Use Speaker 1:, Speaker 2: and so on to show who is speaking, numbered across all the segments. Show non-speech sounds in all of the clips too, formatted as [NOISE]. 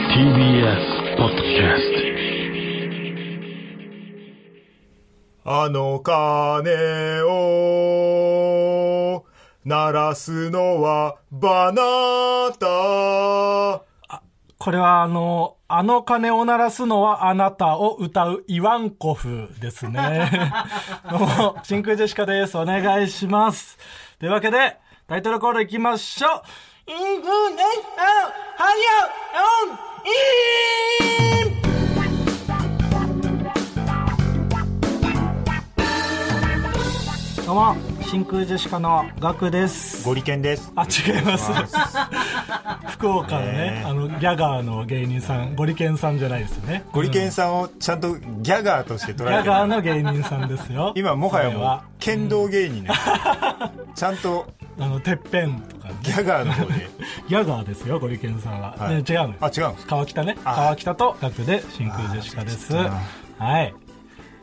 Speaker 1: TBS ポッドキャス
Speaker 2: あの鐘を鳴らすのはバナタ。
Speaker 3: これはあの、あの鐘を鳴らすのはあなたを歌うイワンコフですね。どうも、真空ジェシカです。お願いします。というわけで、タイトルコールいきましょう。イングネオンインどうも、真空ジェシカのガクです。
Speaker 2: ゴリケンです。
Speaker 3: あ、違います。福岡のね
Speaker 2: ね、
Speaker 3: あの、ギャガーの芸人さん、ゴリケンさんじゃないですね。
Speaker 2: [LAUGHS] ゴリケンさんをちゃんとギャガーとして捉
Speaker 3: ギャ
Speaker 2: えて
Speaker 3: ガ
Speaker 2: る。
Speaker 3: ーの芸人さんですよ。
Speaker 2: [LAUGHS] 今もはや
Speaker 3: それ
Speaker 2: もう剣道芸人です。
Speaker 3: [LAUGHS]
Speaker 2: ちゃんと
Speaker 3: あの、てっぺんとかね。
Speaker 2: ギャガーの方で。 [LAUGHS]
Speaker 3: ギャガーですよ、ゴリケンさんは。
Speaker 2: はい
Speaker 3: ね、違うのよ
Speaker 2: あ、違うんですか。
Speaker 3: 川北ね。
Speaker 2: あ
Speaker 3: 川北と楽で真空ジェシカです。
Speaker 2: あーちょっとな
Speaker 3: はい。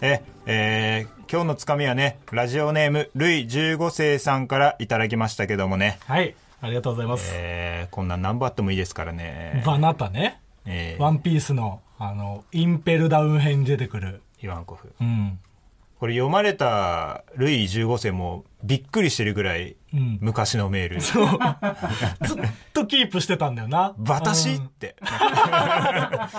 Speaker 2: え、えー今日のつかみはね、ラジオネーム、ルイ15世さんからいただきましたけどもね。
Speaker 3: はい。ありがとうございます。
Speaker 2: えーこんなん何本あってもいいですからね。
Speaker 3: バナタね。
Speaker 2: えー
Speaker 3: ワンピースの、あの、インペルダウン編に出てくる。
Speaker 2: イワンコフ。
Speaker 3: うん。
Speaker 2: これ読まれたルイ15世もびっくりしてるぐらい
Speaker 3: うん
Speaker 2: 昔のメール。 [LAUGHS]
Speaker 3: ずっとキープしてたんだよな。
Speaker 2: 私
Speaker 3: う
Speaker 2: っ
Speaker 3: ん
Speaker 2: て。
Speaker 3: な
Speaker 2: な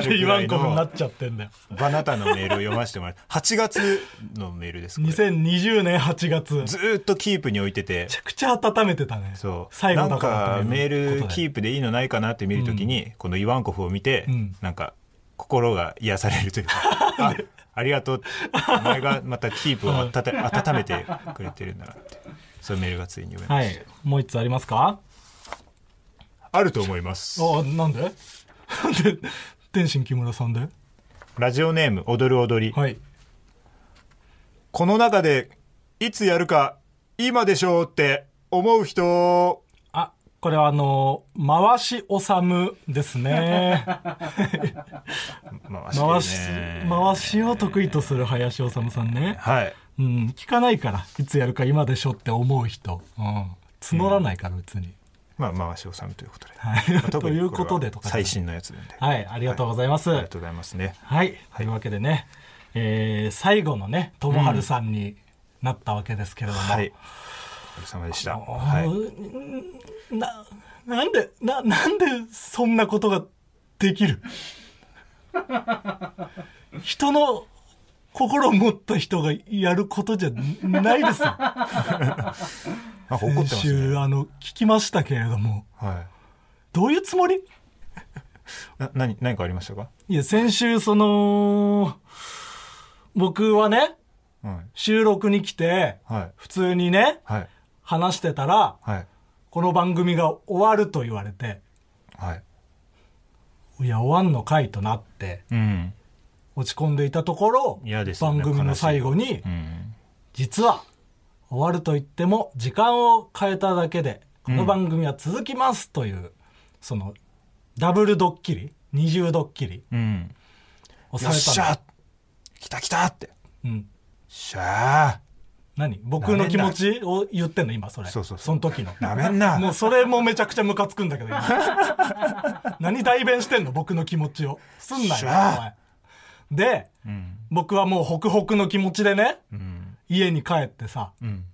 Speaker 2: んる
Speaker 3: で
Speaker 2: ぐ
Speaker 3: 言
Speaker 2: ら
Speaker 3: わ
Speaker 2: い
Speaker 3: んこにな
Speaker 2: の
Speaker 3: っちゃってんだよ。
Speaker 2: バナタのメールを読ませてもらって、8月のメールです。これ
Speaker 3: 2020年8月。め
Speaker 2: ずーっとキープに置いてて
Speaker 3: ち、ゃくちゃ温めてたね。
Speaker 2: そう。
Speaker 3: 最後だか
Speaker 2: な
Speaker 3: ら
Speaker 2: んかメールキ
Speaker 3: ー
Speaker 2: ープでいいのないかなって見るときに、このイワンコフを見て
Speaker 3: うん、
Speaker 2: なんか心が癒されるというか、
Speaker 3: [LAUGHS]
Speaker 2: あ、ありがとうって。お前がまたキープを温て温めてくれてるんだなって。そういうメールがついに読めま
Speaker 3: は
Speaker 2: した
Speaker 3: い。。もう一つありますか
Speaker 2: あると思います。
Speaker 3: あ、なんで [LAUGHS] なんで天心木村さんで
Speaker 2: ラジオネーム、踊る踊り。
Speaker 3: はい。
Speaker 2: この中で、いつやるか、今でしょうって思う人、
Speaker 3: あ、これはあのー回しおさむで
Speaker 2: [LAUGHS]
Speaker 3: すね。
Speaker 2: 回
Speaker 3: 回し、回
Speaker 2: し。
Speaker 3: しを得意とする林おさむさんね。
Speaker 2: はい。
Speaker 3: うん、聞かないから、いつやるか今でしょって思う人。うん。募らないから別に。
Speaker 2: まあ、回し収めということで。
Speaker 3: はい
Speaker 2: まあ。特
Speaker 3: [LAUGHS] と
Speaker 2: に
Speaker 3: いうこと
Speaker 2: れ
Speaker 3: で
Speaker 2: は
Speaker 3: とか。
Speaker 2: 最。新のやつなんで。あ
Speaker 3: はい、ありがとうございます。
Speaker 2: りがとうございますね。
Speaker 3: はい、というわけでね、えー最後のね、ともはるさんになったわけですけれども、
Speaker 2: はい。お疲れ様でした。
Speaker 3: あ
Speaker 2: はい。
Speaker 3: ーな、なんで、な、なんでそんなことがで
Speaker 2: [LAUGHS]
Speaker 3: きる人の心を持った人がやることじゃないですよ。
Speaker 2: なん [LAUGHS] か怒ってま
Speaker 3: 先
Speaker 2: すね。
Speaker 3: 週、あの、聞きましたけれども、
Speaker 2: は
Speaker 3: どういうつもり
Speaker 2: い。な、何、何かありましたか
Speaker 3: いや、先週、その、僕はね、
Speaker 2: はい。
Speaker 3: 収録に来て、
Speaker 2: はい。
Speaker 3: 普通にね、
Speaker 2: はい。
Speaker 3: 話してたら、
Speaker 2: はい。
Speaker 3: この番組が終わると言われて、
Speaker 2: はい。
Speaker 3: いや、終わんのかいとなって、
Speaker 2: うん。
Speaker 3: 落ち込んでいたところ、
Speaker 2: 嫌ですよね
Speaker 3: 番組の最後に
Speaker 2: う、ん。
Speaker 3: 実は、終わると言っても、時間を変えただけで、この番組は続きますという、その、ダブルドッキリ、二重ドッキリ
Speaker 2: うん。
Speaker 3: を
Speaker 2: よ
Speaker 3: さ
Speaker 2: っ
Speaker 3: れた
Speaker 2: し
Speaker 3: の
Speaker 2: ゃ来た来たって。
Speaker 3: うん。
Speaker 2: しゃ
Speaker 3: 何僕の気持ちを言ってんの今、それ。
Speaker 2: そうそうそう
Speaker 3: の時の。
Speaker 2: ーなめんな
Speaker 3: もうそれもめちゃくちゃムカつくんだけ
Speaker 2: [LAUGHS]
Speaker 3: ど、今何代弁してんの僕の気持ちを。すんな
Speaker 2: し
Speaker 3: よ、お
Speaker 2: ゃ
Speaker 3: 前。で、
Speaker 2: うん。
Speaker 3: 僕はもうホクホクの気持ちでね、
Speaker 2: うん。
Speaker 3: 家に帰ってさ。
Speaker 2: うん。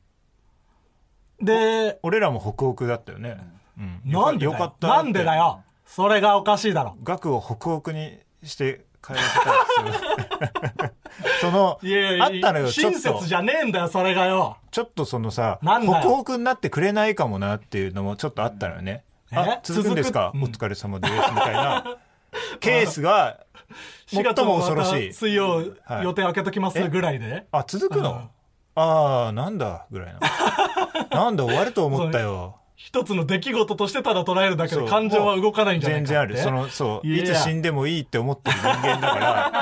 Speaker 3: で、
Speaker 2: 俺らも北北だったよね。うん
Speaker 3: なんで
Speaker 2: よ
Speaker 3: だ
Speaker 2: かっ
Speaker 3: よ。
Speaker 2: た。
Speaker 3: なんでだ。よ。それがおかしいだろ。
Speaker 2: 額を北北にして帰らせたん
Speaker 3: [LAUGHS]
Speaker 2: ですよ。その、
Speaker 3: いやいや
Speaker 2: あったのよ、ちょ
Speaker 3: 親
Speaker 2: っと
Speaker 3: 切。じゃねえんだよ、それがよ。
Speaker 2: ちょっとそのさ、
Speaker 3: なんだよ
Speaker 2: 北北になってくれないかもなっていうのもちょっとあったのよね。
Speaker 3: うん
Speaker 2: あ
Speaker 3: え、
Speaker 2: 続くんですか
Speaker 3: 続く
Speaker 2: お疲れ様です、みたい
Speaker 3: [LAUGHS]
Speaker 2: な。ケースが、最も恐ろ
Speaker 3: 4
Speaker 2: し
Speaker 3: 月
Speaker 2: い
Speaker 3: また。水曜
Speaker 2: はい
Speaker 3: 予定開けときますぐらいで。
Speaker 2: あ、続く
Speaker 3: うん
Speaker 2: のああ、なんだ、ぐらいな。なんだ、終わると思ったよ。
Speaker 3: 一つの出来事としてただ捉えるだけ
Speaker 2: そ
Speaker 3: で
Speaker 2: う
Speaker 3: 感情は動かないんじゃないか
Speaker 2: 全
Speaker 3: って
Speaker 2: 然あるそのそう
Speaker 3: いや
Speaker 2: い
Speaker 3: い
Speaker 2: つ
Speaker 3: や
Speaker 2: 死んでもいいって思ってる人間だか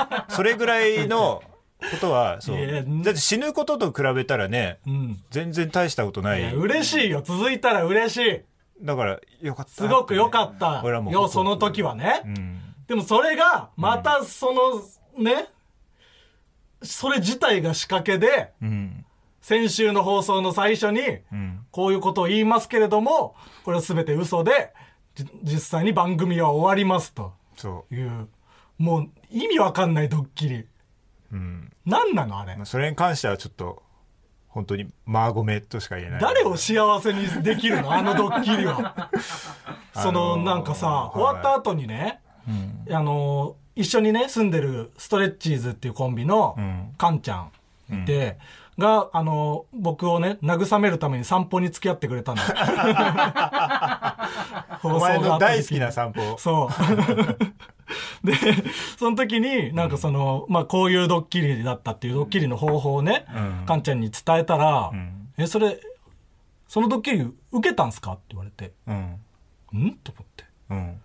Speaker 2: ら
Speaker 3: [LAUGHS]
Speaker 2: それぐらいのことはそう
Speaker 3: いやいや
Speaker 2: だって死ぬことと比べたらね
Speaker 3: うん。
Speaker 2: 全然大したことないい
Speaker 3: や嬉しいよ。続いたら嬉しい。
Speaker 2: だからよかった
Speaker 3: すごく良かった
Speaker 2: 俺はもう
Speaker 3: よ、その時はね。
Speaker 2: うん
Speaker 3: でもそれが、またその、ね、それ自体が仕掛けで、
Speaker 2: うん
Speaker 3: 先週の放送の最初に、
Speaker 2: うん
Speaker 3: こういうことを言いますけれども、これは全て嘘で、じ実際に番組は終わりますと。
Speaker 2: そ
Speaker 3: いうもう意味わかんないドッキリ
Speaker 2: う、うん、
Speaker 3: 何なのあれ
Speaker 2: まあそれに関してはちょっと本当にマーゴメとしか言えない
Speaker 3: 誰を幸せにでき
Speaker 2: [LAUGHS]
Speaker 3: るのあのドッキリはその、
Speaker 2: あのー
Speaker 3: なんか
Speaker 2: は
Speaker 3: さ
Speaker 2: い
Speaker 3: 終わった後にね、
Speaker 2: うん
Speaker 3: あのー一緒にね住んでるストレッチーズっていうコンビの
Speaker 2: うん
Speaker 3: カンちゃんいて、があのー僕をね慰めるために散歩に付き合ってくれたの
Speaker 2: [LAUGHS] お
Speaker 3: お
Speaker 2: 前の大好きな散歩
Speaker 3: そう。 [LAUGHS] で、その時に、なんかその、まあこういうドッキリだったっていうドッキリの方法をね、
Speaker 2: うん
Speaker 3: カンちゃんに伝えたら、
Speaker 2: うん
Speaker 3: え、それ、そのドッキリ受けたんすかって言われて、
Speaker 2: うん
Speaker 3: んと思って。
Speaker 2: うん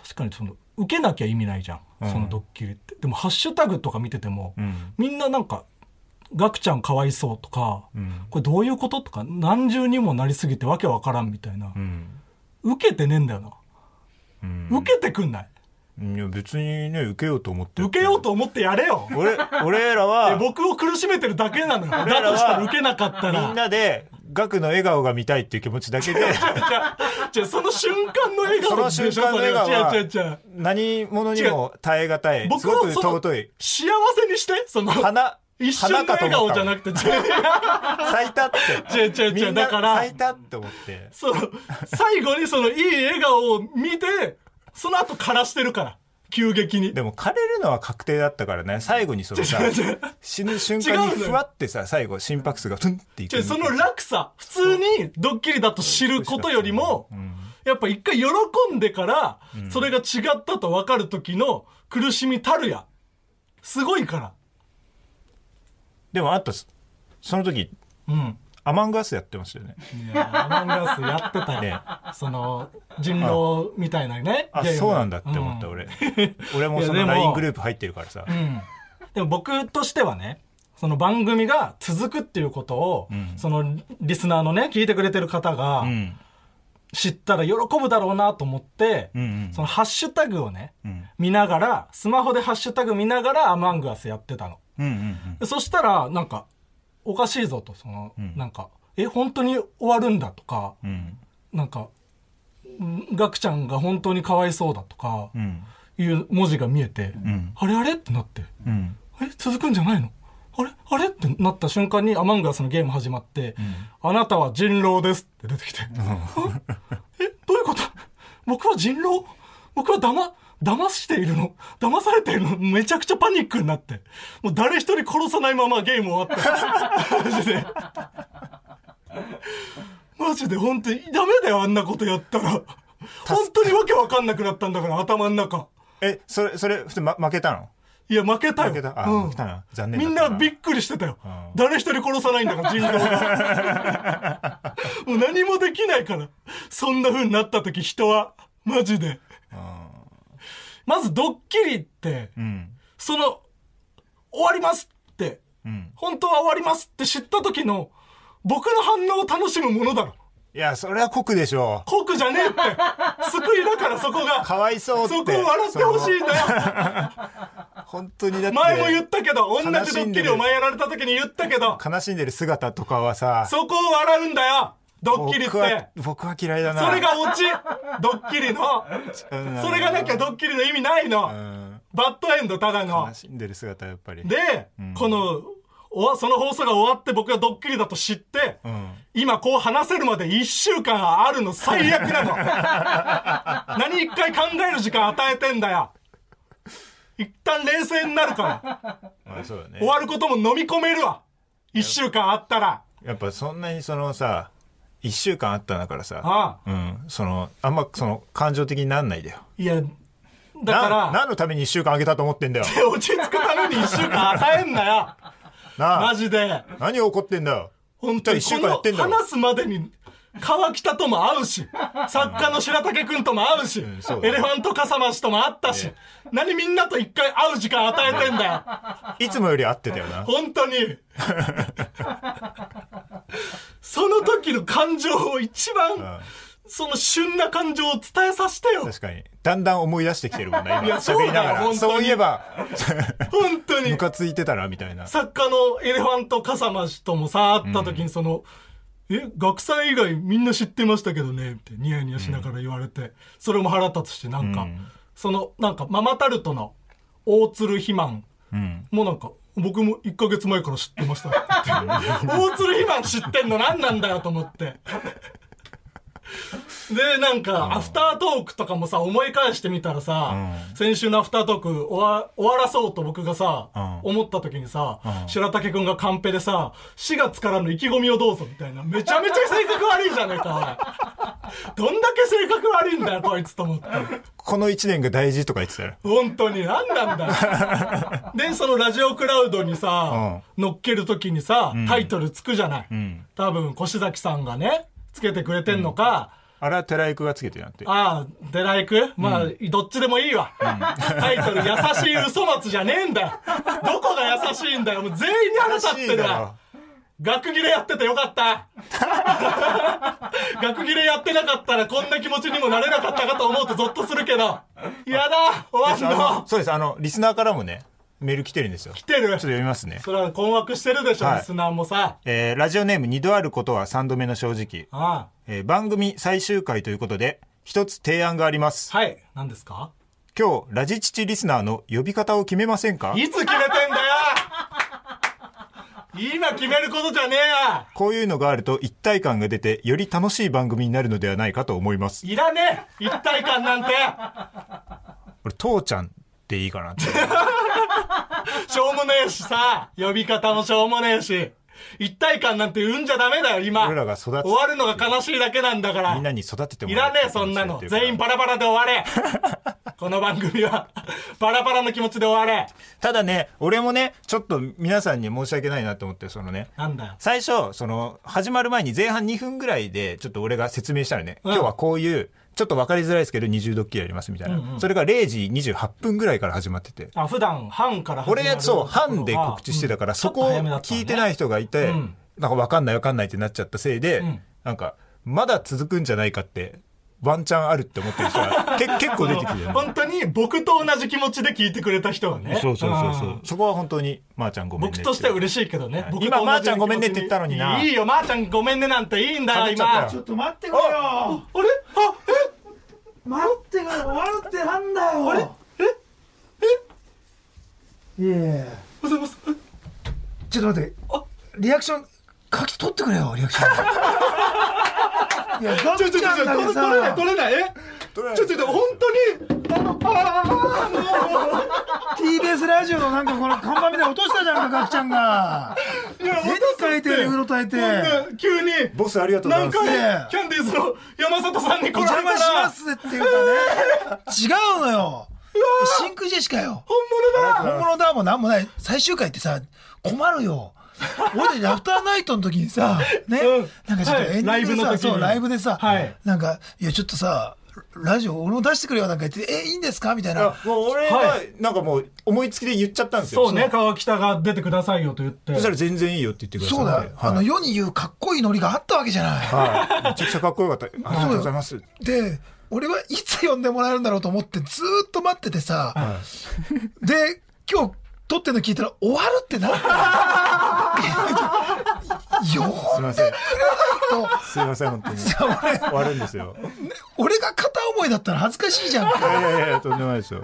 Speaker 3: 確かにその、受けなきゃ意味ないじゃん。
Speaker 2: うん
Speaker 3: そのドッキリって。でもハッシュタグとか見てても、
Speaker 2: うん
Speaker 3: みんななんか、ガクちゃんかわいそうとか、
Speaker 2: うん
Speaker 3: これどういうこととか、何重にもなりすぎてわけわからんみたいな
Speaker 2: う。ん
Speaker 3: 受けてねえんだよな。
Speaker 2: うん
Speaker 3: 受けてくんない
Speaker 2: いや別にね受けようと思って
Speaker 3: 受けようと思ってやれよ
Speaker 2: 俺俺ら
Speaker 3: [LAUGHS]
Speaker 2: は
Speaker 3: で僕を苦しめてるだけなのよ。だ
Speaker 2: らは
Speaker 3: としたら受けなかったら。
Speaker 2: みんなでガクの笑顔が見たいっていう気持ちだけ
Speaker 3: [LAUGHS]
Speaker 2: で
Speaker 3: じゃあじゃあその瞬間の笑顔
Speaker 2: その瞬間の笑顔は
Speaker 3: 違う違う違う。
Speaker 2: 何者にも耐え難いす
Speaker 3: 僕
Speaker 2: ご
Speaker 3: を
Speaker 2: く
Speaker 3: その
Speaker 2: 尊い
Speaker 3: 幸せにして、その、
Speaker 2: 花
Speaker 3: 一瞬の
Speaker 2: 花かと
Speaker 3: 笑
Speaker 2: 思っ
Speaker 3: 顔
Speaker 2: た
Speaker 3: じゃなくて、違う
Speaker 2: 咲いたって
Speaker 3: 違う違う違う
Speaker 2: みんな
Speaker 3: だから
Speaker 2: 咲いたって思って
Speaker 3: [LAUGHS] その、最後にそのいい笑顔を見て、その後枯らしてるから、急激に。
Speaker 2: でも枯れるのは確定だったからね最後にそのさ
Speaker 3: [LAUGHS] 違う違う
Speaker 2: 死ぬ瞬間
Speaker 3: 違うの
Speaker 2: に
Speaker 3: よ
Speaker 2: ふわってさ最後心拍数がトゥンってい
Speaker 3: 違
Speaker 2: く
Speaker 3: うその楽さ、普通にドッキリだと知ることよりも、やっぱ一回喜んでから、それが違ったと分かる時の苦しみたるや。すごいか
Speaker 2: でもあとそその時
Speaker 3: ら。うん。
Speaker 2: アマングアスやってましたよね
Speaker 3: いやーアマンガスやってたよ、
Speaker 2: ね
Speaker 3: その人狼みたいなね
Speaker 2: あ
Speaker 3: ゲーム
Speaker 2: そうなんだって思った、
Speaker 3: うん
Speaker 2: 俺俺もそ
Speaker 3: いや
Speaker 2: の
Speaker 3: でも
Speaker 2: LINE グループ入ってるからさ
Speaker 3: うんでも僕としてはねその番組が続くっていうことを、
Speaker 2: ん
Speaker 3: そのリスナーのね聞いてくれてる方が
Speaker 2: うん
Speaker 3: 知ったら喜ぶだろうなと思って、
Speaker 2: うんうん
Speaker 3: そのハッシュタグをね
Speaker 2: うん
Speaker 3: 見ながらスマホでハッシュタグ見ながらアマングアスやってたの
Speaker 2: うんうん
Speaker 3: でそしたらなんかおかしいぞとその、
Speaker 2: ん
Speaker 3: なんかえ本当に終わるんだとか
Speaker 2: うんうん
Speaker 3: なんか、んガクちゃんが本当にかわいそうだとか
Speaker 2: う、ん
Speaker 3: いう文字が見えて、
Speaker 2: うん
Speaker 3: あれあれってなって、
Speaker 2: うん
Speaker 3: え、続くんじゃないのあれあれってなった瞬間にアマンガスのゲーム始まって、あなたは人狼ですって出てきて、え、どういうこと僕は人狼僕は騙、騙しているの騙されているのめちゃくちゃパニックになって。もう誰一人殺さないままゲーム終わった。マジで。マジで本当にダメだよ、あんなことやったら。本当にわけわかんなくなったんだから、頭の中。
Speaker 2: えそれそれ普通、ま、負けたの
Speaker 3: いや、負けたよ。
Speaker 2: 負けたあ
Speaker 3: うん
Speaker 2: 負けたな残念
Speaker 3: み
Speaker 2: だっ
Speaker 3: ん
Speaker 2: たな
Speaker 3: なびっくりしてたよ。
Speaker 2: ん
Speaker 3: 誰一人殺さないんだから、人狼が。
Speaker 2: [LAUGHS]
Speaker 3: もう何もできないから。そんな風になった時、人は。マジで。まず、ドッキリって、
Speaker 2: うん
Speaker 3: その、終わりますって、
Speaker 2: うん
Speaker 3: 本当は終わりますって知った時の、僕の反応を楽しむものだろ。
Speaker 2: いやそれは酷でしょう
Speaker 3: 酷じゃねえって。救いだから、そこが。
Speaker 2: かわいそうって
Speaker 3: そこを笑ってほしいんだよ。
Speaker 2: その本当にだって
Speaker 3: 前も言ったけど、同じド
Speaker 2: 悲し
Speaker 3: ッ
Speaker 2: ん
Speaker 3: キ
Speaker 2: で
Speaker 3: リ
Speaker 2: る
Speaker 3: を前やられた時に言ったけど、
Speaker 2: 悲しんでる姿とかはさ
Speaker 3: そこを笑うんだよドッキリって
Speaker 2: 僕は僕は嫌いだな
Speaker 3: それがオチドッキリの
Speaker 2: うん
Speaker 3: それがなきゃドッキリの意味ないの
Speaker 2: うん
Speaker 3: バッドエンドただの
Speaker 2: 悲しんでる姿やっぱり
Speaker 3: で、このおわその放送が終わって僕がドッキリだと知って、
Speaker 2: うん
Speaker 3: 今こう話せるまで1週間あるの最悪なの [LAUGHS] 何一回考える時間与えてんだよ一旦冷静になるから
Speaker 2: まあそうだね
Speaker 3: 終わることも飲み込めるわ1週間あったら
Speaker 2: やっぱそんなにそのさ1週間あったんだからさ
Speaker 3: ああ
Speaker 2: うんそのあんまその感情的になんないでよ
Speaker 3: いやだから
Speaker 2: な何のために1週間あげたと思ってんだよ
Speaker 3: 落ち着くために一週間与えん
Speaker 2: [LAUGHS]
Speaker 3: なよ。
Speaker 2: な
Speaker 3: マ
Speaker 2: あ
Speaker 3: ジで。
Speaker 2: 何を怒ってんだよ
Speaker 3: 本当に
Speaker 2: 一週
Speaker 3: こ
Speaker 2: 間や
Speaker 3: の
Speaker 2: ってんだろ
Speaker 3: 話すまでに、川北とも会
Speaker 2: [LAUGHS]
Speaker 3: うし、作家の白竹くんとも会うし、
Speaker 2: んそうだ
Speaker 3: エ
Speaker 2: ね
Speaker 3: レファント笠間氏とも会ったし、
Speaker 2: ね
Speaker 3: 何みんなと一回会う時間与えてん
Speaker 2: [LAUGHS]
Speaker 3: だよ。
Speaker 2: いつもより会ってたよな
Speaker 3: 本
Speaker 2: [LAUGHS]
Speaker 3: 当に。その時の感情を一番、その旬な感情を伝えさせてよ。
Speaker 2: 確かにだんだん思い出してきてるもんな今
Speaker 3: いやそう
Speaker 2: 喋
Speaker 3: だよ
Speaker 2: りなが
Speaker 3: 本当
Speaker 2: ら
Speaker 3: に
Speaker 2: そういえば
Speaker 3: 本当に
Speaker 2: ム。カついてたなみたいな
Speaker 3: 作家のエレファント笠間氏ともさ、会った時にその、え、学さん以外みんな知ってましたけどね、ってニヤニヤしながら言われて、それも腹立つし、なんか、
Speaker 2: うん
Speaker 3: そのなんかママタルトの大鶴肥満
Speaker 2: うん。
Speaker 3: もうなんか、僕も1ヶ月前から知って
Speaker 2: [LAUGHS]
Speaker 3: ました。大鶴ひまん知ってんの何なんだよと思って。で、なんか、アフタートークとかもさ、思い返してみたらさ、
Speaker 2: うん
Speaker 3: 先週のアフタートーク終わ終わらそうと僕がさ、
Speaker 2: うん
Speaker 3: 思った時にさ、
Speaker 2: うん
Speaker 3: 白竹くんがカンペでさ、4月からの意気込みをどうぞみたいな、めちゃめちゃ性格悪いじゃねえか、おい。どんだけ性格悪いんだよ、こいつと思って。
Speaker 2: この一年が大事とか言ってたら。
Speaker 3: 本当に何な
Speaker 2: [LAUGHS]
Speaker 3: んだよでそのラジオクラウドにさ、乗っけるときにさ、タイトルつくじゃない、
Speaker 2: うん。
Speaker 3: 多分越崎さんがねつけてくれてんのか、
Speaker 2: あら、寺井くがつけてるなんて。
Speaker 3: ああデライクまあ、どっちでもいいわ、タイトル「優しい嘘松」じゃねえんだよどこが優しいんだよもう全員に腹立ってるわ。学切れやっててよかった
Speaker 2: [LAUGHS]
Speaker 3: 学切れやってなかったらこんな気持ちにもなれなかったかと思うとゾッとするけどやだ
Speaker 2: あ
Speaker 3: 終わんの
Speaker 2: [LAUGHS] の、そうです。あの、リスナーからもね、メール来てるんですよ。
Speaker 3: 来て
Speaker 2: ち
Speaker 3: る
Speaker 2: ょっと読みますね。
Speaker 3: それは困惑してるでしょ、
Speaker 2: はい
Speaker 3: リスナーもさ。
Speaker 2: えーラジオネーム二度あることは三度目の正直。
Speaker 3: あ
Speaker 2: えー番組最終回ということで、一つ提案があります
Speaker 3: あ。はい。何ですか
Speaker 2: 今日、ラジチチリスナーの呼び方を決めませんか
Speaker 3: いつ決めてんだよ [LAUGHS] 今決めることじゃねえ
Speaker 2: こういうのがあると一体感が出て、より楽しい番組になるのではないかと思います。
Speaker 3: やいらねえ一体感なんて
Speaker 2: 俺、父ちゃんでいいかなって。
Speaker 3: [LAUGHS] しょうもねえしさ呼び方もしょうもねえし一体感なんて生んじゃダメだよ、今。
Speaker 2: 俺らが育つ
Speaker 3: 終わるのが悲しいだけなんだから。
Speaker 2: みんなに育てても
Speaker 3: い
Speaker 2: ら
Speaker 3: ら
Speaker 2: う
Speaker 3: ねえ、そんなの。全員
Speaker 2: ば
Speaker 3: バラバラで終われ。この番組は、バラバラの気持ちで終われ。
Speaker 2: ただね、俺もね、ちょっと皆さんに申し訳ないなと思って、そのね、
Speaker 3: なんだよ。
Speaker 2: 最初、その、始まる前に前半2分ぐらいで、ちょっと俺が説明したらね、今日はこういう、ちょっと分かりづらいですけど、20ドッキリやりますみたいな。それが0時28分ぐらいから始まってて。
Speaker 3: あ、普段、班から始まる。
Speaker 2: 俺、そう、班で告知してたから、そこを聞いてないい人がいて、
Speaker 3: ん
Speaker 2: なんか分かんない分かんないってなっちゃったせいで、
Speaker 3: ん
Speaker 2: なんか、まだ続くんじゃないかって、ワンチャンあるって思ってる人
Speaker 3: [LAUGHS]
Speaker 2: がけ結構出てきてる、ね。
Speaker 3: 本当に僕と同じ気持ちで聞いてくれた人はね。
Speaker 2: そうそうそうそ
Speaker 3: ん
Speaker 2: う。そこは本当に、まー、ちゃんごめんねって
Speaker 3: 僕
Speaker 2: いう。
Speaker 3: としては嬉しいけどね。僕と
Speaker 2: 今
Speaker 3: 同じ
Speaker 2: まーちゃんごめんねって言ったのにない
Speaker 3: いよ、まーちゃんごめんねなんていいんだよ、
Speaker 2: 食べちゃ
Speaker 3: 今。
Speaker 2: っ
Speaker 3: あ
Speaker 2: た
Speaker 4: ちょ
Speaker 2: よ
Speaker 4: っと待ってくれよ
Speaker 3: れあ、
Speaker 4: 待ってくれ終わるってなんだよあれええいや
Speaker 3: えざいます。
Speaker 4: ちょっと待ってリアクション書き取ってくれよリアク [LAUGHS] ションいやガ
Speaker 3: ちょ
Speaker 4: ッ
Speaker 3: ちょ
Speaker 4: ち
Speaker 3: ちょ
Speaker 4: ゃんだけ
Speaker 3: 取れない、
Speaker 4: さ
Speaker 3: 取れない。え
Speaker 2: 取れない
Speaker 3: ちょちょちょ、本当に。
Speaker 4: TBS ラジオのなんかこの看板みたいに落としたじゃんかガクちゃん [LAUGHS] が
Speaker 3: いや、
Speaker 4: 絵に描いてるうろたいて
Speaker 3: なんか急に。
Speaker 2: ボスありがとうござ
Speaker 3: ないん
Speaker 2: ます
Speaker 3: か。ね
Speaker 4: ね、
Speaker 3: キャンディーズの山里さんに来
Speaker 4: お
Speaker 3: られたら
Speaker 4: 邪魔しますっていうかね違うのよ真空ジェシカよ
Speaker 3: 本物だ
Speaker 4: 本物だもんなんもない最終回ってさ困るよ俺たちラフターナイトの時にさね、
Speaker 3: うん
Speaker 4: なんかちょっとエンデ
Speaker 3: はいラ
Speaker 4: ィングでさ、
Speaker 3: イブの時に
Speaker 4: そうライブでさ、
Speaker 3: はい
Speaker 4: なんかいやちょっとさラジオ俺も出してくれよなんか言ってえいいんですかみたいな
Speaker 2: もう俺
Speaker 3: は
Speaker 2: は、なんかもう、思いつきで言っちゃったんですよ。
Speaker 3: そうね、川北が出てくださいよと言って
Speaker 2: そ。したら全然いいよって言ってください
Speaker 4: そうだ、あの
Speaker 2: はい。
Speaker 4: 世に言うかっこいいノリがあったわけじゃない、
Speaker 2: はいめちゃくちゃかっこよかった。ありがとうございます。
Speaker 4: で俺はいつ呼んでもらえるんだろうと思ってずーっと待っててさ、で今日撮ってんの聞いたら終わるって
Speaker 3: [LAUGHS]
Speaker 4: なったよ
Speaker 2: すいません。
Speaker 4: と
Speaker 2: すいません、本当に。
Speaker 4: 俺
Speaker 2: 終わるんですよ。
Speaker 4: 俺が片思いだったら恥ずかしいじゃん。
Speaker 2: いやいやいや、とんでもないですよ。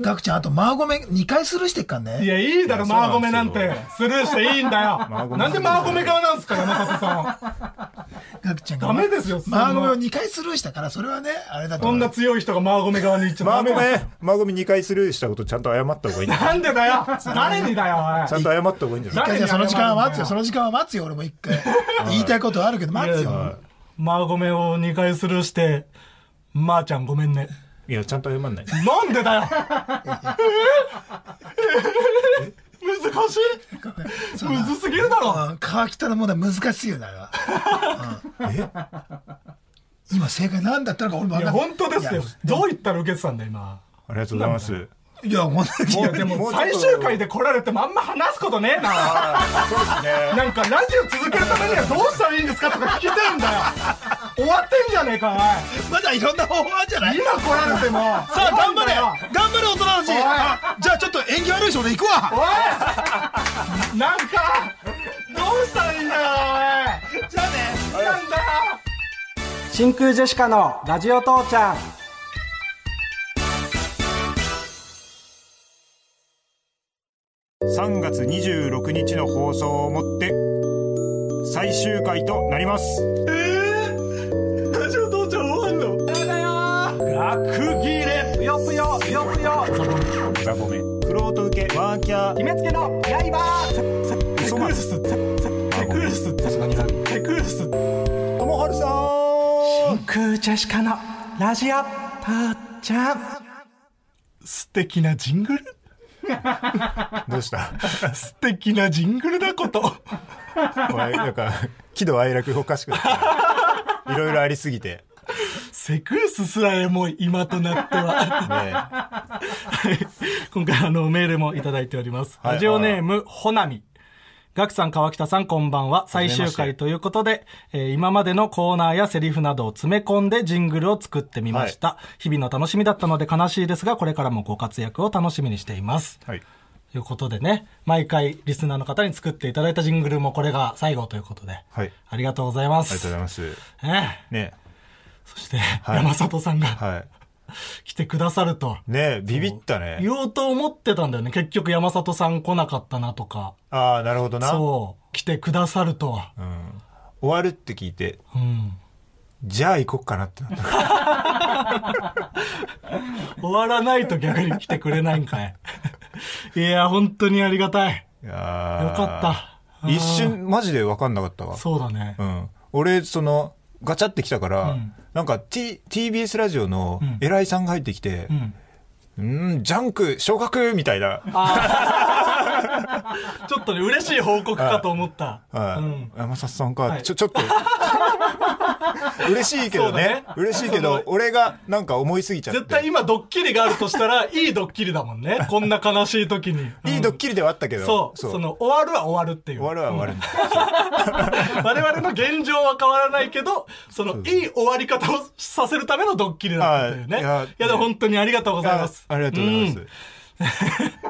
Speaker 4: ガクちゃん、あと、マーゴメ2回スルーしてっかん
Speaker 3: い
Speaker 4: ね。
Speaker 3: や、いいだろ、
Speaker 2: いや
Speaker 3: マーゴメなん
Speaker 2: そう
Speaker 3: て
Speaker 2: なんで。
Speaker 3: スルーしていいんだ
Speaker 2: マー
Speaker 3: よ。
Speaker 2: ゴメ
Speaker 3: なんでマーゴメ側なんですか、山里さん。
Speaker 4: ガクちゃんが。
Speaker 3: ダメですよそんな
Speaker 4: マーゴメを2回スルーしたから、それはね、あれだと
Speaker 3: こん
Speaker 4: 思
Speaker 3: な
Speaker 4: う。
Speaker 3: 強い人がマーゴメ側に行っちゃ
Speaker 2: マー
Speaker 3: ダメ
Speaker 2: ゴ
Speaker 3: だよ。
Speaker 2: メ、マーゴメ2回スルーしたことちゃんと謝った方
Speaker 3: [LAUGHS]
Speaker 2: がいい。ちゃ
Speaker 3: なんで
Speaker 2: [LAUGHS]
Speaker 3: だよ誰にだよ、おい。
Speaker 2: んと謝った方がいいんじゃない
Speaker 4: 一回じゃあその時間は待つよ。そ
Speaker 3: 誰
Speaker 4: の時間は待つよ、俺も一回。言いたいことあるけど、待つ
Speaker 3: いやい
Speaker 4: よ。
Speaker 3: マーゴメを2回スルーして、まーちゃんごめんね。
Speaker 2: いや、ちゃんと謝んない。
Speaker 3: なんでだ
Speaker 2: [LAUGHS]
Speaker 3: よえーえー難しいむずすぎるだろ
Speaker 4: うん川北の問題難しいよな、あれは。うん今正解何だったのか俺も
Speaker 3: い
Speaker 4: 分か
Speaker 3: や、
Speaker 4: んない。
Speaker 3: 本当ですよ
Speaker 4: いや。
Speaker 3: どう言ったら受けてたんだよ、今。
Speaker 2: ありがとうございます。
Speaker 4: いや、本当に。
Speaker 3: いや、でも
Speaker 2: もうちょっ
Speaker 3: 最
Speaker 2: と
Speaker 3: 終回で来られてもあんま話すことねえな。
Speaker 2: そうですね。
Speaker 3: なんかラジオ続けるためにはどうしたらいいんですかとか聞きてんだよ終わってんじゃねえか
Speaker 4: まだいろんな方法あるんじゃ
Speaker 3: お
Speaker 4: な
Speaker 3: い
Speaker 4: い
Speaker 3: 今来られても
Speaker 4: さあ、頑張れ
Speaker 3: よ
Speaker 4: 頑張れ、大人たち
Speaker 3: おい
Speaker 4: あじゃあ、ちょっと縁起悪い人で行くわ
Speaker 3: おいなんかどうしたらいいんだよおいじゃあねなんだよ
Speaker 5: 真空ジェシカのラジオ父ちゃん
Speaker 2: 3月26日の放送をもって最終回となります
Speaker 3: 学切れぷよぷよぷよぷよその
Speaker 2: ザボメクロート受けワーキャー
Speaker 3: 決めつけの刃
Speaker 2: クソマン
Speaker 3: ステクルステクル
Speaker 2: と
Speaker 3: ス
Speaker 2: もはるさーん
Speaker 3: 空ジェシカのラジオたっちゃん素敵なジングル
Speaker 2: どうした
Speaker 3: 素敵なジングルだこと
Speaker 2: お前なんか喜怒哀楽おかしくなったいろいろありすぎて
Speaker 3: セクルスすらエモい今となっては
Speaker 2: ね
Speaker 3: はい [LAUGHS] 今回あのメールもいただいております。
Speaker 2: はい
Speaker 3: ラジオネーム、ほなみ。ガクさん、川北さん、こんばんは。最終回ということで、えー今までのコーナーやセリフなどを詰め込んでジングルを作ってみました。日々の楽しみだったので悲しいですが、これからもご活躍を楽しみにしています。
Speaker 2: えはい
Speaker 3: ということでね、毎回リスナーの方に作っていただいたジングルもこれが最後ということで、
Speaker 2: はい
Speaker 3: ありがとうございま
Speaker 2: ありがとうご
Speaker 3: す。
Speaker 2: ざいます
Speaker 3: ね
Speaker 2: ね
Speaker 3: そして、
Speaker 2: い
Speaker 3: 山里さんが
Speaker 2: は
Speaker 3: 来てくださると。
Speaker 2: いねビビったね
Speaker 3: 言おうと思ってたんだよね。結局山里さん来なかったなとか。
Speaker 2: ああなるほどな終
Speaker 3: そう。来てくださるとは。
Speaker 2: わるって聞いて
Speaker 3: うん。
Speaker 2: じゃあ行こっかなってなった
Speaker 3: 終わらないと逆に来 [LAUGHS] てくれないんかい。 [LAUGHS] いや、本当にありがたい。
Speaker 2: よ
Speaker 3: よかった。
Speaker 2: 一瞬マジで分かんなかったわ
Speaker 3: そうだね
Speaker 2: う。ん、俺そのガチャってきたから、
Speaker 3: ん
Speaker 2: なんか、T、TBS ラジオの
Speaker 3: ん
Speaker 2: 偉いさんが入ってきて
Speaker 3: う、ん。
Speaker 2: うん、ジャンク昇格みたいな、
Speaker 3: ちょっとね、嬉しい報告かと思った。
Speaker 2: は
Speaker 3: う
Speaker 2: い
Speaker 3: ん。
Speaker 2: 山里さんか、
Speaker 3: はい
Speaker 2: ちょちょっと嬉しいけどね
Speaker 3: そうだね
Speaker 2: 嬉しいけど
Speaker 3: そ
Speaker 2: 俺がなんか思いすぎちゃって
Speaker 3: 絶対今ドッキリがあるとした
Speaker 2: [LAUGHS]
Speaker 3: ら、いいドッキリだもんね。こんな悲しい時に。
Speaker 2: いいドッキリではあったけど、
Speaker 3: そう。その、終わるは終わるっていう。
Speaker 2: 終わるは終わるんだ、
Speaker 3: [LAUGHS] 我々の現状は変わらないけど、その、いい終わり方をさせるためのドッキリだったというね。
Speaker 2: はいいい
Speaker 3: や
Speaker 2: や、
Speaker 3: でも本当にありがとうございます。
Speaker 2: あありがとうございます、
Speaker 3: ん
Speaker 2: よ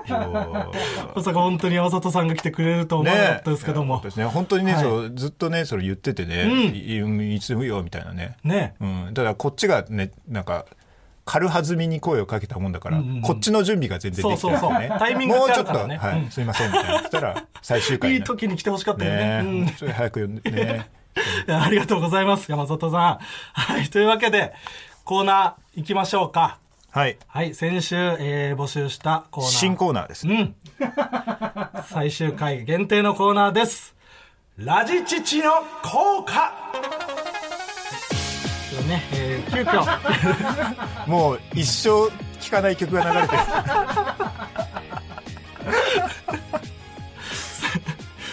Speaker 2: ー
Speaker 3: まさか本当に山里さんが来てくれると思わなかったですけど
Speaker 2: いや
Speaker 3: も
Speaker 2: そうで。すね本当にね、
Speaker 3: はい
Speaker 2: そうずっとねそれ言っててね、いいいつでもいいよみたいなね
Speaker 3: ね
Speaker 2: うん、ただこっちがねなんか軽はずみに声をかけたもんだから、
Speaker 3: んうんうん
Speaker 2: こっちの準備が全然できてない、ね、
Speaker 3: そうそうそうタイミング
Speaker 2: もう
Speaker 3: が
Speaker 2: ち
Speaker 3: あ
Speaker 2: ょっ
Speaker 3: るから
Speaker 2: と、
Speaker 3: ね
Speaker 2: は
Speaker 3: うん
Speaker 2: い、すいませんみたいなそした
Speaker 3: [LAUGHS]
Speaker 2: ら最終回
Speaker 3: い
Speaker 2: に
Speaker 3: い
Speaker 2: な
Speaker 3: 時に来てほしかったよね。うん
Speaker 2: ねえ、ちょっと早く呼んで
Speaker 3: [LAUGHS]
Speaker 2: ね
Speaker 3: いやありがとうございます、山里さん。はい、というわけで、コーナー行きましょうか。
Speaker 2: はい
Speaker 3: はい、先週、えー募集したコーナー。
Speaker 2: 新コーナーですね
Speaker 3: うん。最終回限定のコーナーです。ラジチチの効果ね、えー、急遽、
Speaker 2: もう一生聴かない曲が流れてる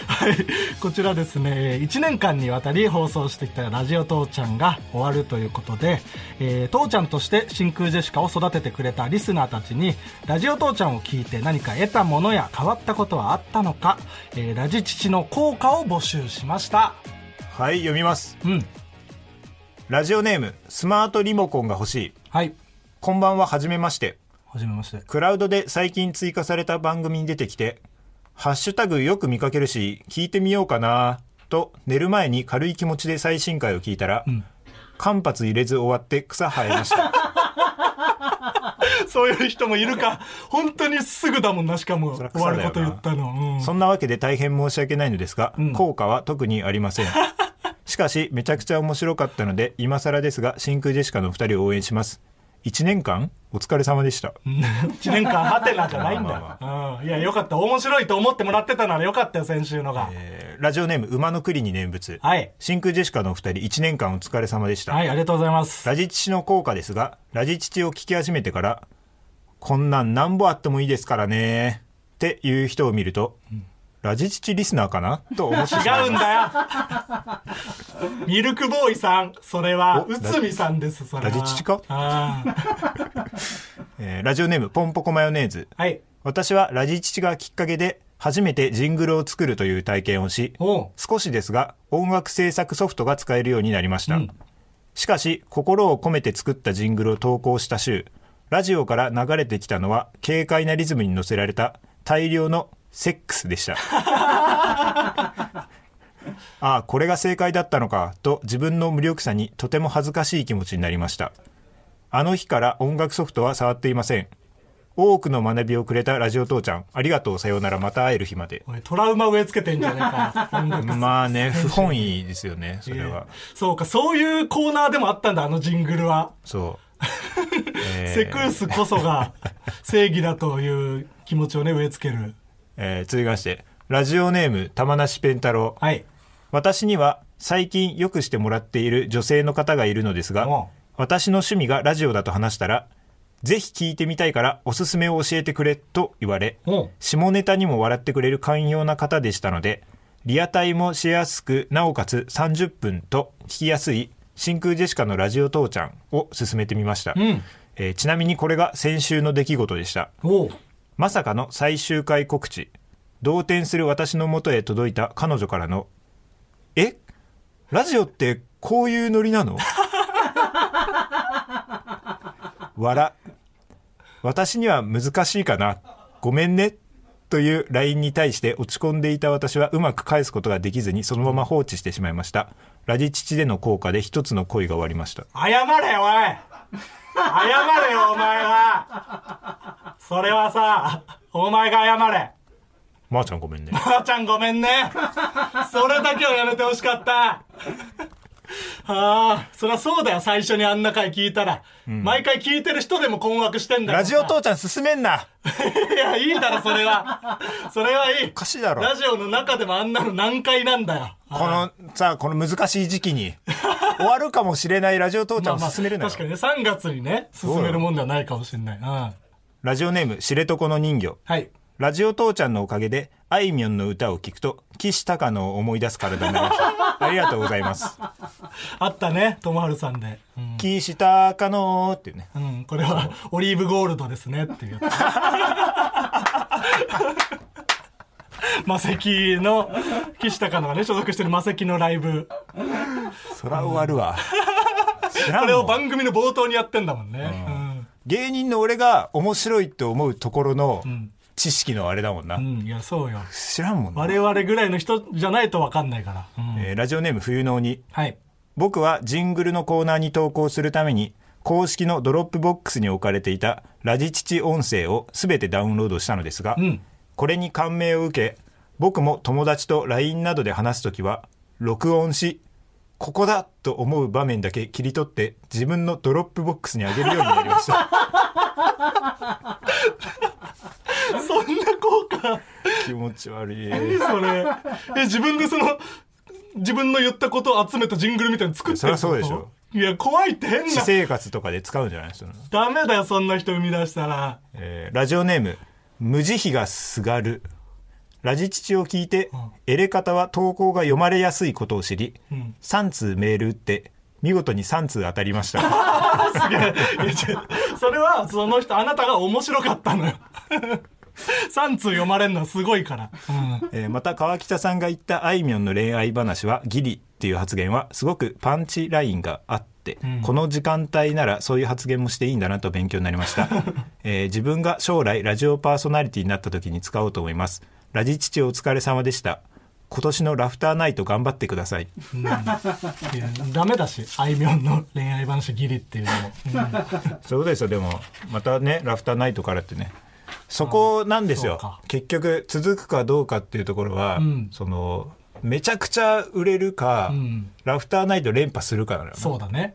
Speaker 3: はい、こちらですね、1年間にわたり放送してきたラジオ父ちゃんが終わるということで、えー父ちゃんとして真空ジェシカを育ててくれたリスナーたちに、ラジオ父ちゃんを聞いて何か得たものや変わったことはあったのか、えーラジチチの効果を募集しました。
Speaker 2: はい読みます
Speaker 3: うん。
Speaker 2: ラジオネームスマートリモコンが欲しい
Speaker 3: はい、
Speaker 2: こんばんははじめまして
Speaker 3: はじめまして。
Speaker 2: クラウドで最近追加された番組に出てきて、ハッシュタグよく見かけるし、聞いてみようかなと、寝る前に軽い気持ちで最新回を聞いたら、間髪入れず終わって草生えました。
Speaker 3: そういう人もいるか。本当にすぐだもんな、しかも。
Speaker 2: そりゃ草
Speaker 3: 終
Speaker 2: だよ
Speaker 3: わる
Speaker 2: な
Speaker 3: こと言ったの。うん
Speaker 2: そんなわけで大変申し訳ないのですが、効果は特にありません。しかし、めちゃくちゃ面白かったので、今更ですが、真空ジェシカの二人を応援します。1年間お疲れ様でした。
Speaker 3: 1年間ハテナじゃないんだ [LAUGHS]
Speaker 2: ま
Speaker 3: よ。うんいや、よかった。面白いと思ってもらってたならよかったよ、先週のが。
Speaker 2: えーラジオネーム、馬の栗に念仏。
Speaker 3: はい
Speaker 2: 真空ジェシカのお二人、1年間お疲れ様でした。
Speaker 3: はい、ありがとうございます。
Speaker 2: ラジチチの効果ですが、ラジチチを聞き始めてから、こんなんなんぼあってもいいですからね、っていう人を見ると、ラジチチリスナーかなと思ってしまいます
Speaker 3: 違うんだよ。 [LAUGHS] ミルクボーイさん、それは、
Speaker 2: お
Speaker 3: 内海さんです、それは。
Speaker 2: ラジチチか
Speaker 3: あー
Speaker 2: えーラジオネーム、ポンポコマヨネーズ。
Speaker 3: はい。
Speaker 2: 私はラジチチがきっかけで、初めてジングルを作るという体験をし、
Speaker 3: おう
Speaker 2: 少しですが、音楽制作ソフトが使えるようになりました。しかし、心を込めて作ったジングルを投稿した週、ラジオから流れてきたのは、軽快なリズムに乗せられた大量のセックスでした。ああ、これが正解だったのか、と自分の無力さにとても恥ずかしい気持ちになりました。あの日から音楽ソフトは触っていません。多くの学びをくれたラジオ父ちゃん、ありがとうさようならまた会える日まで。
Speaker 3: おいトラウマ植え付けてんじゃねえか。
Speaker 2: [LAUGHS]
Speaker 3: 音楽
Speaker 2: まあね、不本意ですよね、それは。
Speaker 3: そうか、そういうコーナーでもあったんだ、あのジングルは。
Speaker 2: そう。えー
Speaker 3: セクースこそ
Speaker 2: [LAUGHS]
Speaker 3: が正義だという気持ちをね、植え付ける。
Speaker 2: えー続きまして、ラジオネーム、玉梨ペン太郎。
Speaker 3: はい。
Speaker 2: 私には最近よくしてもらっている女性の方がいるのですが
Speaker 3: うん、
Speaker 2: 私の趣味がラジオだと話したら、ぜひ聞いてみたいからおすすめを教えてくれと言われ、
Speaker 3: うん
Speaker 2: 下ネタにも笑ってくれる寛容な方でしたので、リアタイもしやすく、なおかつ30分と聞きやすい真空ジェシカのラジオ父ちゃんを進めてみました、
Speaker 3: ん
Speaker 2: えーちなみにこれが先週の出来事でした。
Speaker 3: おう
Speaker 2: まさかの最終回告知動転する私のもとへ届いた彼女からの「えラジオってこういうノリなの? [LAUGHS] 笑」私には難しいかなごめんね」という LINE に対して落ち込んでいた私はうまく返すことができずにそのまま放置してしまいましたラジ父での効果で一つの恋が終わりました
Speaker 3: 謝れよ、おい謝れよ、お前はそれはさ、お前が謝れ
Speaker 2: まー、ちゃんごめんね
Speaker 3: 母ちゃんごめんねそれだけはやめてほしかったああ、そりゃそうだよ、最初にあんな回聞いたら。毎回聞いてる人でも困惑してんだよ。
Speaker 2: [LAUGHS] ラジオ父ちゃん進めんない
Speaker 3: や、いいだろ、それは。それはいい。
Speaker 2: おかしいだろ
Speaker 3: ラジオの中でもあんなの難解なんだよ。
Speaker 2: このさあこの難しい時期
Speaker 3: [LAUGHS]
Speaker 2: に終わるかもしれないラジオ父ちゃんを進めるなよ、
Speaker 3: 確かにね、3月にね、進めるもんではないかもしれない。うん。は
Speaker 2: ラジオネーム知床の人魚
Speaker 3: い。
Speaker 2: ラジオ父ちゃんのおかげであいみょんの歌を聴くと岸隆のを思い出す体に
Speaker 3: [LAUGHS]
Speaker 2: なりましたありがとうございます
Speaker 3: あったね、ともはるさんで。うん
Speaker 2: 岸隆のっていうね
Speaker 3: うん、これはオリーブゴールドですねっていうや [LAUGHS] つ。マセキの岸高野がね所属してるマセキのライブ
Speaker 2: そら終わるわ知
Speaker 3: こ
Speaker 2: らん
Speaker 3: れを
Speaker 2: もん
Speaker 3: 番組の冒頭にやってんだもんね、うん
Speaker 2: 芸人の俺が面白いと思うところの知識のあれだもんな、
Speaker 3: うん、いやそうよ
Speaker 2: 知らんもんな、
Speaker 3: 我々ぐらいの人じゃないと分かんないから、うん
Speaker 2: えーラジオネーム冬の鬼
Speaker 3: はい
Speaker 2: 僕はジングルのコーナーに投稿するために公式のドロップボックスに置かれていたラジ父音声を全てダウンロードしたのですが、
Speaker 3: うん
Speaker 2: これに感銘を受け僕も友達と LINE などで話す時は録音しここだと思う場面だけ切り取って自分のドロップボックスに上げるようになりました
Speaker 3: [LAUGHS] そんな効果
Speaker 2: 気持ち悪い
Speaker 3: それえ自分でその自分の言ったことを集めたジングルみたいに作ってるってこと
Speaker 2: そりゃそう
Speaker 3: いや怖いって変
Speaker 2: 私
Speaker 3: な
Speaker 2: 生活とかで使うんじゃないですか、
Speaker 3: ダメだよそんな人生み出したら
Speaker 2: えーラジオネーム無慈悲がすがるラジ父を聞いて、エレ方は投稿が読まれやすいことを知り、3通メール打って見事に3通当たりました
Speaker 3: いやいやちょそれはその人あなたが面白かったのよ [LAUGHS] 3通読まれるのはすごいから、
Speaker 2: えーまた川北さんが言ったあいみょんの恋愛話はギリっていう発言はすごくパンチラインがあって、この時間帯ならそういう発言もしていいんだなと勉強になりました、えー自分が将来ラジオパーソナリティになった時に使おうと思いますラジ父お疲れ様でした今年のラフターナイト頑張ってください
Speaker 3: いやダメだしあいみょんの恋愛話ギリっていうのも、
Speaker 2: [LAUGHS]
Speaker 3: う
Speaker 2: そういう
Speaker 3: ん
Speaker 2: ことですよでもまたねラフターナイトからってねそこなんです
Speaker 3: そう
Speaker 2: よ
Speaker 3: か
Speaker 2: 結局続くかどうかっていうところは、
Speaker 3: ん
Speaker 2: そのめちゃくちゃ売れるか、
Speaker 3: ん
Speaker 2: ラフターナイト連覇するかなのよ
Speaker 3: そうだね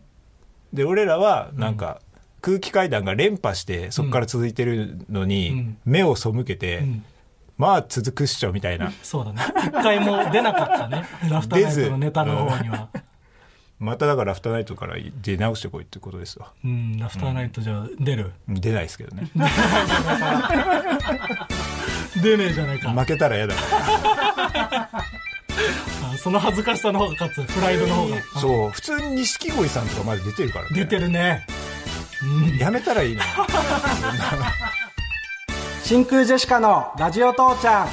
Speaker 2: で俺らはなんか、空気階段が連覇してそこから続いてるのに、
Speaker 3: ん
Speaker 2: 目を背けて、
Speaker 3: ん
Speaker 2: まあ続くっしょみたいな
Speaker 3: そうだね一回も出なかった
Speaker 2: [LAUGHS]
Speaker 3: ねラフターナイトのネタの方には、
Speaker 2: まただからラフターナイトから出直してこいってことですわ
Speaker 3: うん、ラフターナイトじゃ出る、
Speaker 2: 出ないですけどね
Speaker 3: 出ねえじゃないか、
Speaker 2: 負けたら嫌だから
Speaker 3: あその恥ずかしさの方が勝つプライドの方が
Speaker 2: そう普通に錦鯉さんとかまで出てるからね
Speaker 3: 出てるね
Speaker 2: やめたらいいのに
Speaker 3: 真空ジェシカのラジオ父ちゃん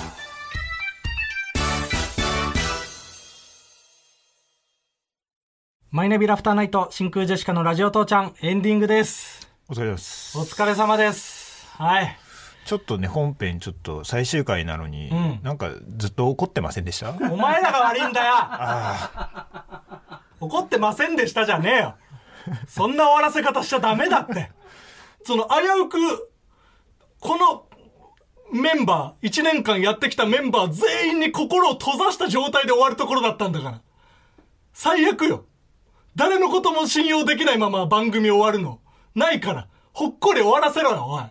Speaker 3: マイナビラフターナイト真空ジェシカのラジオ父ちゃんエンディングです
Speaker 2: お疲れ様です
Speaker 3: お疲れ様ですはい
Speaker 2: ちょっとね本編ちょっと最終回なのに、
Speaker 3: ん
Speaker 2: なんかずっと怒ってませんでした
Speaker 3: お前らが悪いんだよ怒ってませんでしたじゃねえよそんな終わらせ方しちゃダメだってその危うくこのメンバー、1年間やってきたメンバー全員に心を閉ざした状態で終わるところだったんだから。最悪よ。誰のことも信用できないまま番組終わるの。ないから、ほっこり終わらせろよ、おい。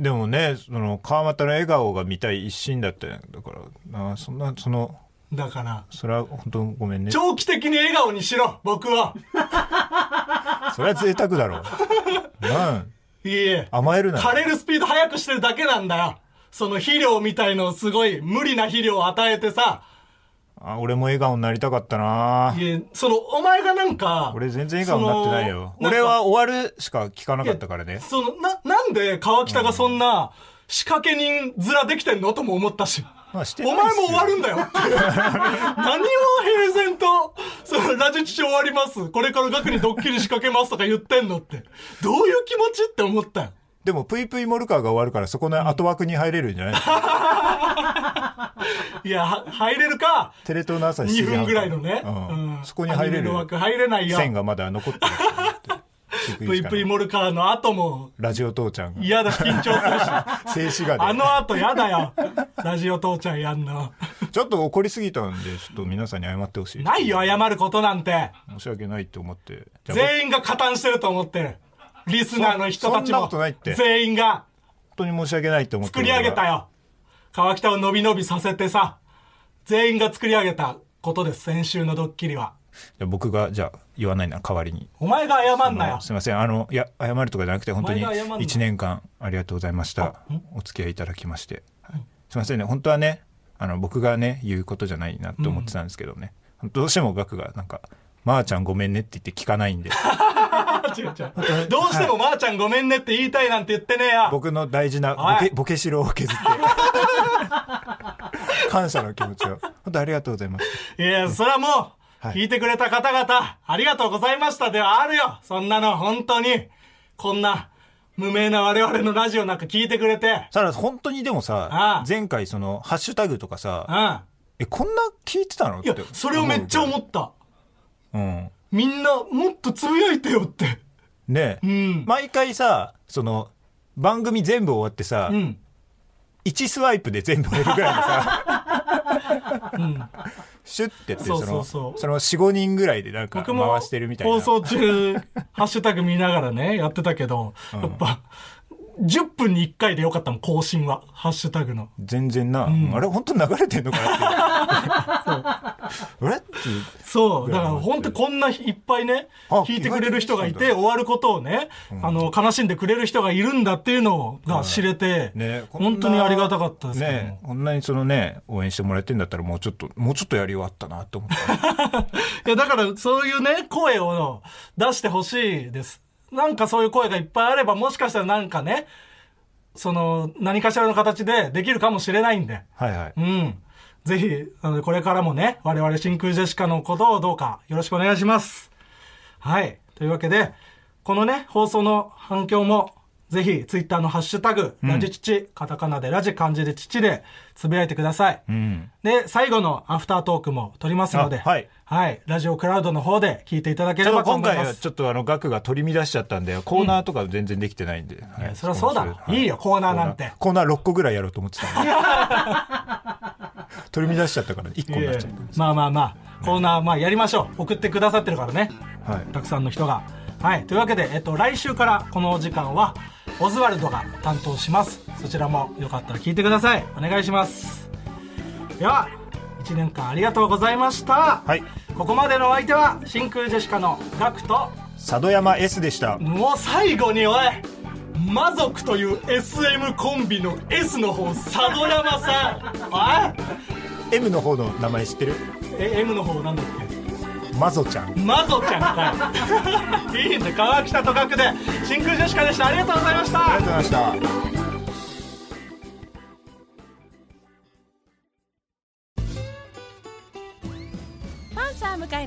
Speaker 2: でもねその川俣の笑顔が見たい一心だったよだからあそんなその
Speaker 3: だから、
Speaker 2: それは本当ごめんねそ
Speaker 3: 長期的に笑顔にしろ、僕は。
Speaker 2: れは贅沢だ
Speaker 3: [LAUGHS]
Speaker 2: ろうなん
Speaker 3: いいえ。
Speaker 2: 甘えるな
Speaker 3: 枯れるスピード速くしてるだけなんだよ。その肥料みたいのをすごい無理な肥料を与えてさ、
Speaker 2: あ俺も笑顔になりたかったない
Speaker 3: やその、お前がなんか、
Speaker 2: 俺全然笑顔になってないよ
Speaker 3: その
Speaker 2: 俺、は終わるしか聞かなかったから
Speaker 3: なん
Speaker 2: ね
Speaker 3: かその、な、なんで川北がそんな仕掛け人面できてんのとも思ったし。
Speaker 2: まあして
Speaker 3: お
Speaker 2: ないっ
Speaker 3: 前も
Speaker 2: すよ
Speaker 3: 終わるん
Speaker 2: [LAUGHS]
Speaker 3: だよっていう何を平然と、その、ラジチ終わります。これから額にドッキリ仕掛けますとか言ってんのって。どういう気持ちって思ったよ。
Speaker 2: でもぷいぷいモルカーが終わるからそこの後枠に入れるんじゃない
Speaker 3: いや、は入れるか、
Speaker 2: テレ東の朝7時
Speaker 3: 2
Speaker 2: 半
Speaker 3: 分ぐらいのね。
Speaker 2: うん
Speaker 3: うん
Speaker 2: そこに入れ
Speaker 3: アニ
Speaker 2: る
Speaker 3: メの枠入れないよ。
Speaker 2: 線がまだ残ってるって
Speaker 3: プイプイモルカーの後も、
Speaker 2: ラジオ父ちゃんが
Speaker 3: 嫌だ、緊張する
Speaker 2: [LAUGHS]
Speaker 3: し。
Speaker 2: 静止画で
Speaker 3: あの後やだよ。ラジオ父ちゃんやんの。
Speaker 2: ちょっと怒りすぎたんでちょっと皆さんに謝ってほしい
Speaker 3: ないよ、謝ることなんて。
Speaker 2: 申し訳ないって思ってじゃあ
Speaker 3: 全員が加担してると思ってる。リスナーの人たち
Speaker 2: そんな
Speaker 3: も
Speaker 2: ことないっ、て
Speaker 3: 全員が
Speaker 2: 本当に申し訳ないって思って
Speaker 3: 作り上げたよ。川北を伸び伸びさせてさ、全員が作り上げたことです、先週のドッキリは。
Speaker 2: じゃあ僕がじゃあ言わないな代わりに
Speaker 3: お前が謝んなよ
Speaker 2: す。いませんあのいや謝るとかじゃなくて本当に
Speaker 3: お前が謝んな
Speaker 2: 1年間ありがとうございましたお付き合いいただきましてすいませんね本当はねあの僕がね言うことじゃないなって思ってたんですけどね、どうしてもガクがなんか「まー、ちゃんごめんね」って言って聞かないんで
Speaker 3: [LAUGHS] 違う違うどうしてもまーちゃんごめんねって言いたいなんて言ってねえや。
Speaker 2: 僕の大事なボ
Speaker 3: おい
Speaker 2: ケボケしろを削って [LAUGHS] 感謝の気持ちを本当ありがとうございまし
Speaker 3: いや、それはもう、
Speaker 2: はい
Speaker 3: 聞いてくれた方々、ありがとうございましたではあるよ。そんなの、本当に。こんな、無名な我々のラジオなんか聞いてくれて。
Speaker 2: たただ本当にでもさ
Speaker 3: ああ
Speaker 2: 前回そのハッシュタグとかさ
Speaker 3: うん。いや、
Speaker 2: えこんな聞いてたのって
Speaker 3: それをめっちゃ思った。
Speaker 2: うん
Speaker 3: みんな、もっとつぶやいてよって。
Speaker 2: ね、
Speaker 3: ん
Speaker 2: 毎回さその番組全部終わってさ、
Speaker 3: うん。
Speaker 2: 1スワイプで全部終えるぐらいのさ、 [LAUGHS] シュッてやって
Speaker 3: そう
Speaker 2: そ
Speaker 3: そう
Speaker 2: の
Speaker 3: そう
Speaker 2: その45人ぐらいでなんか
Speaker 3: 僕
Speaker 2: 回
Speaker 3: も、
Speaker 2: してるみたいな
Speaker 3: 放送中、ハッシュタグ見なが
Speaker 2: [LAUGHS]
Speaker 3: らね、やってたけど、やっぱ、10分に1回でよかったもん、更新は。ハッシュタグの。
Speaker 2: 全然な、あれ本当流れてんのかな
Speaker 3: [LAUGHS]
Speaker 2: ってあれって
Speaker 3: そう。だから本当こんないっぱいね、
Speaker 2: あ
Speaker 3: 聞いてくれる人がい
Speaker 2: 意外
Speaker 3: て、
Speaker 2: と
Speaker 3: 終わることをね、あの、悲しんでくれる人がいるんだっていうのが知れて、
Speaker 2: ねこんな
Speaker 3: 本当にありがたかったですけども
Speaker 2: ねこんなにそのね応援してもらえてんだったらもうちょっともうちょっとやり終わったなって思
Speaker 3: [LAUGHS]
Speaker 2: った
Speaker 3: いや、だからそういうね、声を出してほしいです。なんかそういう声がいっぱいあれば、もしかしたらなんかね、その、何かしらの形でできるかもしれないんで。
Speaker 2: はいはい
Speaker 3: うん。ぜひ、あのこれからもね、我々真空ジェシカのことをどうかよろしくお願いします。はい。というわけで、このね、放送の反響も、ぜひ、ツイッターのハッシュタグ、ラジチチ、カタカナでラジ、漢字でチチで、つぶやいてください。
Speaker 2: うん
Speaker 3: で、最後のアフタートークも撮りますので、
Speaker 2: あはい。
Speaker 3: ラジオクラウドの方で聞いていただけ
Speaker 2: ち
Speaker 3: れ
Speaker 2: ょっ
Speaker 3: ば
Speaker 2: と
Speaker 3: と
Speaker 2: 今
Speaker 3: 思い
Speaker 2: 回
Speaker 3: ま
Speaker 2: は
Speaker 3: す。
Speaker 2: ちょっとあの額が取り乱しちゃったんでコーナーとか全然できてないんで、はい
Speaker 3: いやそりゃそうだろ。
Speaker 2: い
Speaker 3: いいよ、コーナーなんて。
Speaker 2: コーナー6個ぐらいやろうと思ってたんで
Speaker 3: [LAUGHS]
Speaker 2: 取り乱しちゃったから1個になっちゃっ
Speaker 3: いえいえまあまあまあ、コーナー、まあやりましょう。送ってくださってるからね。
Speaker 2: た、はい、
Speaker 3: たくさんの人が。はい。というわけで、えっと、来週からこの時間は、オズワルドが担当します。そちらもよかったら聞いてください。お願いします。では、1年間ありがとうございました。
Speaker 2: はい
Speaker 3: ここまでのお相手は、真空ジェシカのガクと、
Speaker 2: 佐渡山 S でした
Speaker 3: もう最後におい魔族という SM コンビの S の方佐渡
Speaker 2: [LAUGHS]
Speaker 3: 山さん
Speaker 2: M の方の名前知ってる
Speaker 3: おいえ M の方なんだっ
Speaker 2: マゾちゃん
Speaker 3: け魔族ちゃんかいいいんだ川北と学で真空ジェシカでしたありがとうございました
Speaker 2: ありがとうございました
Speaker 5: パンサー向かい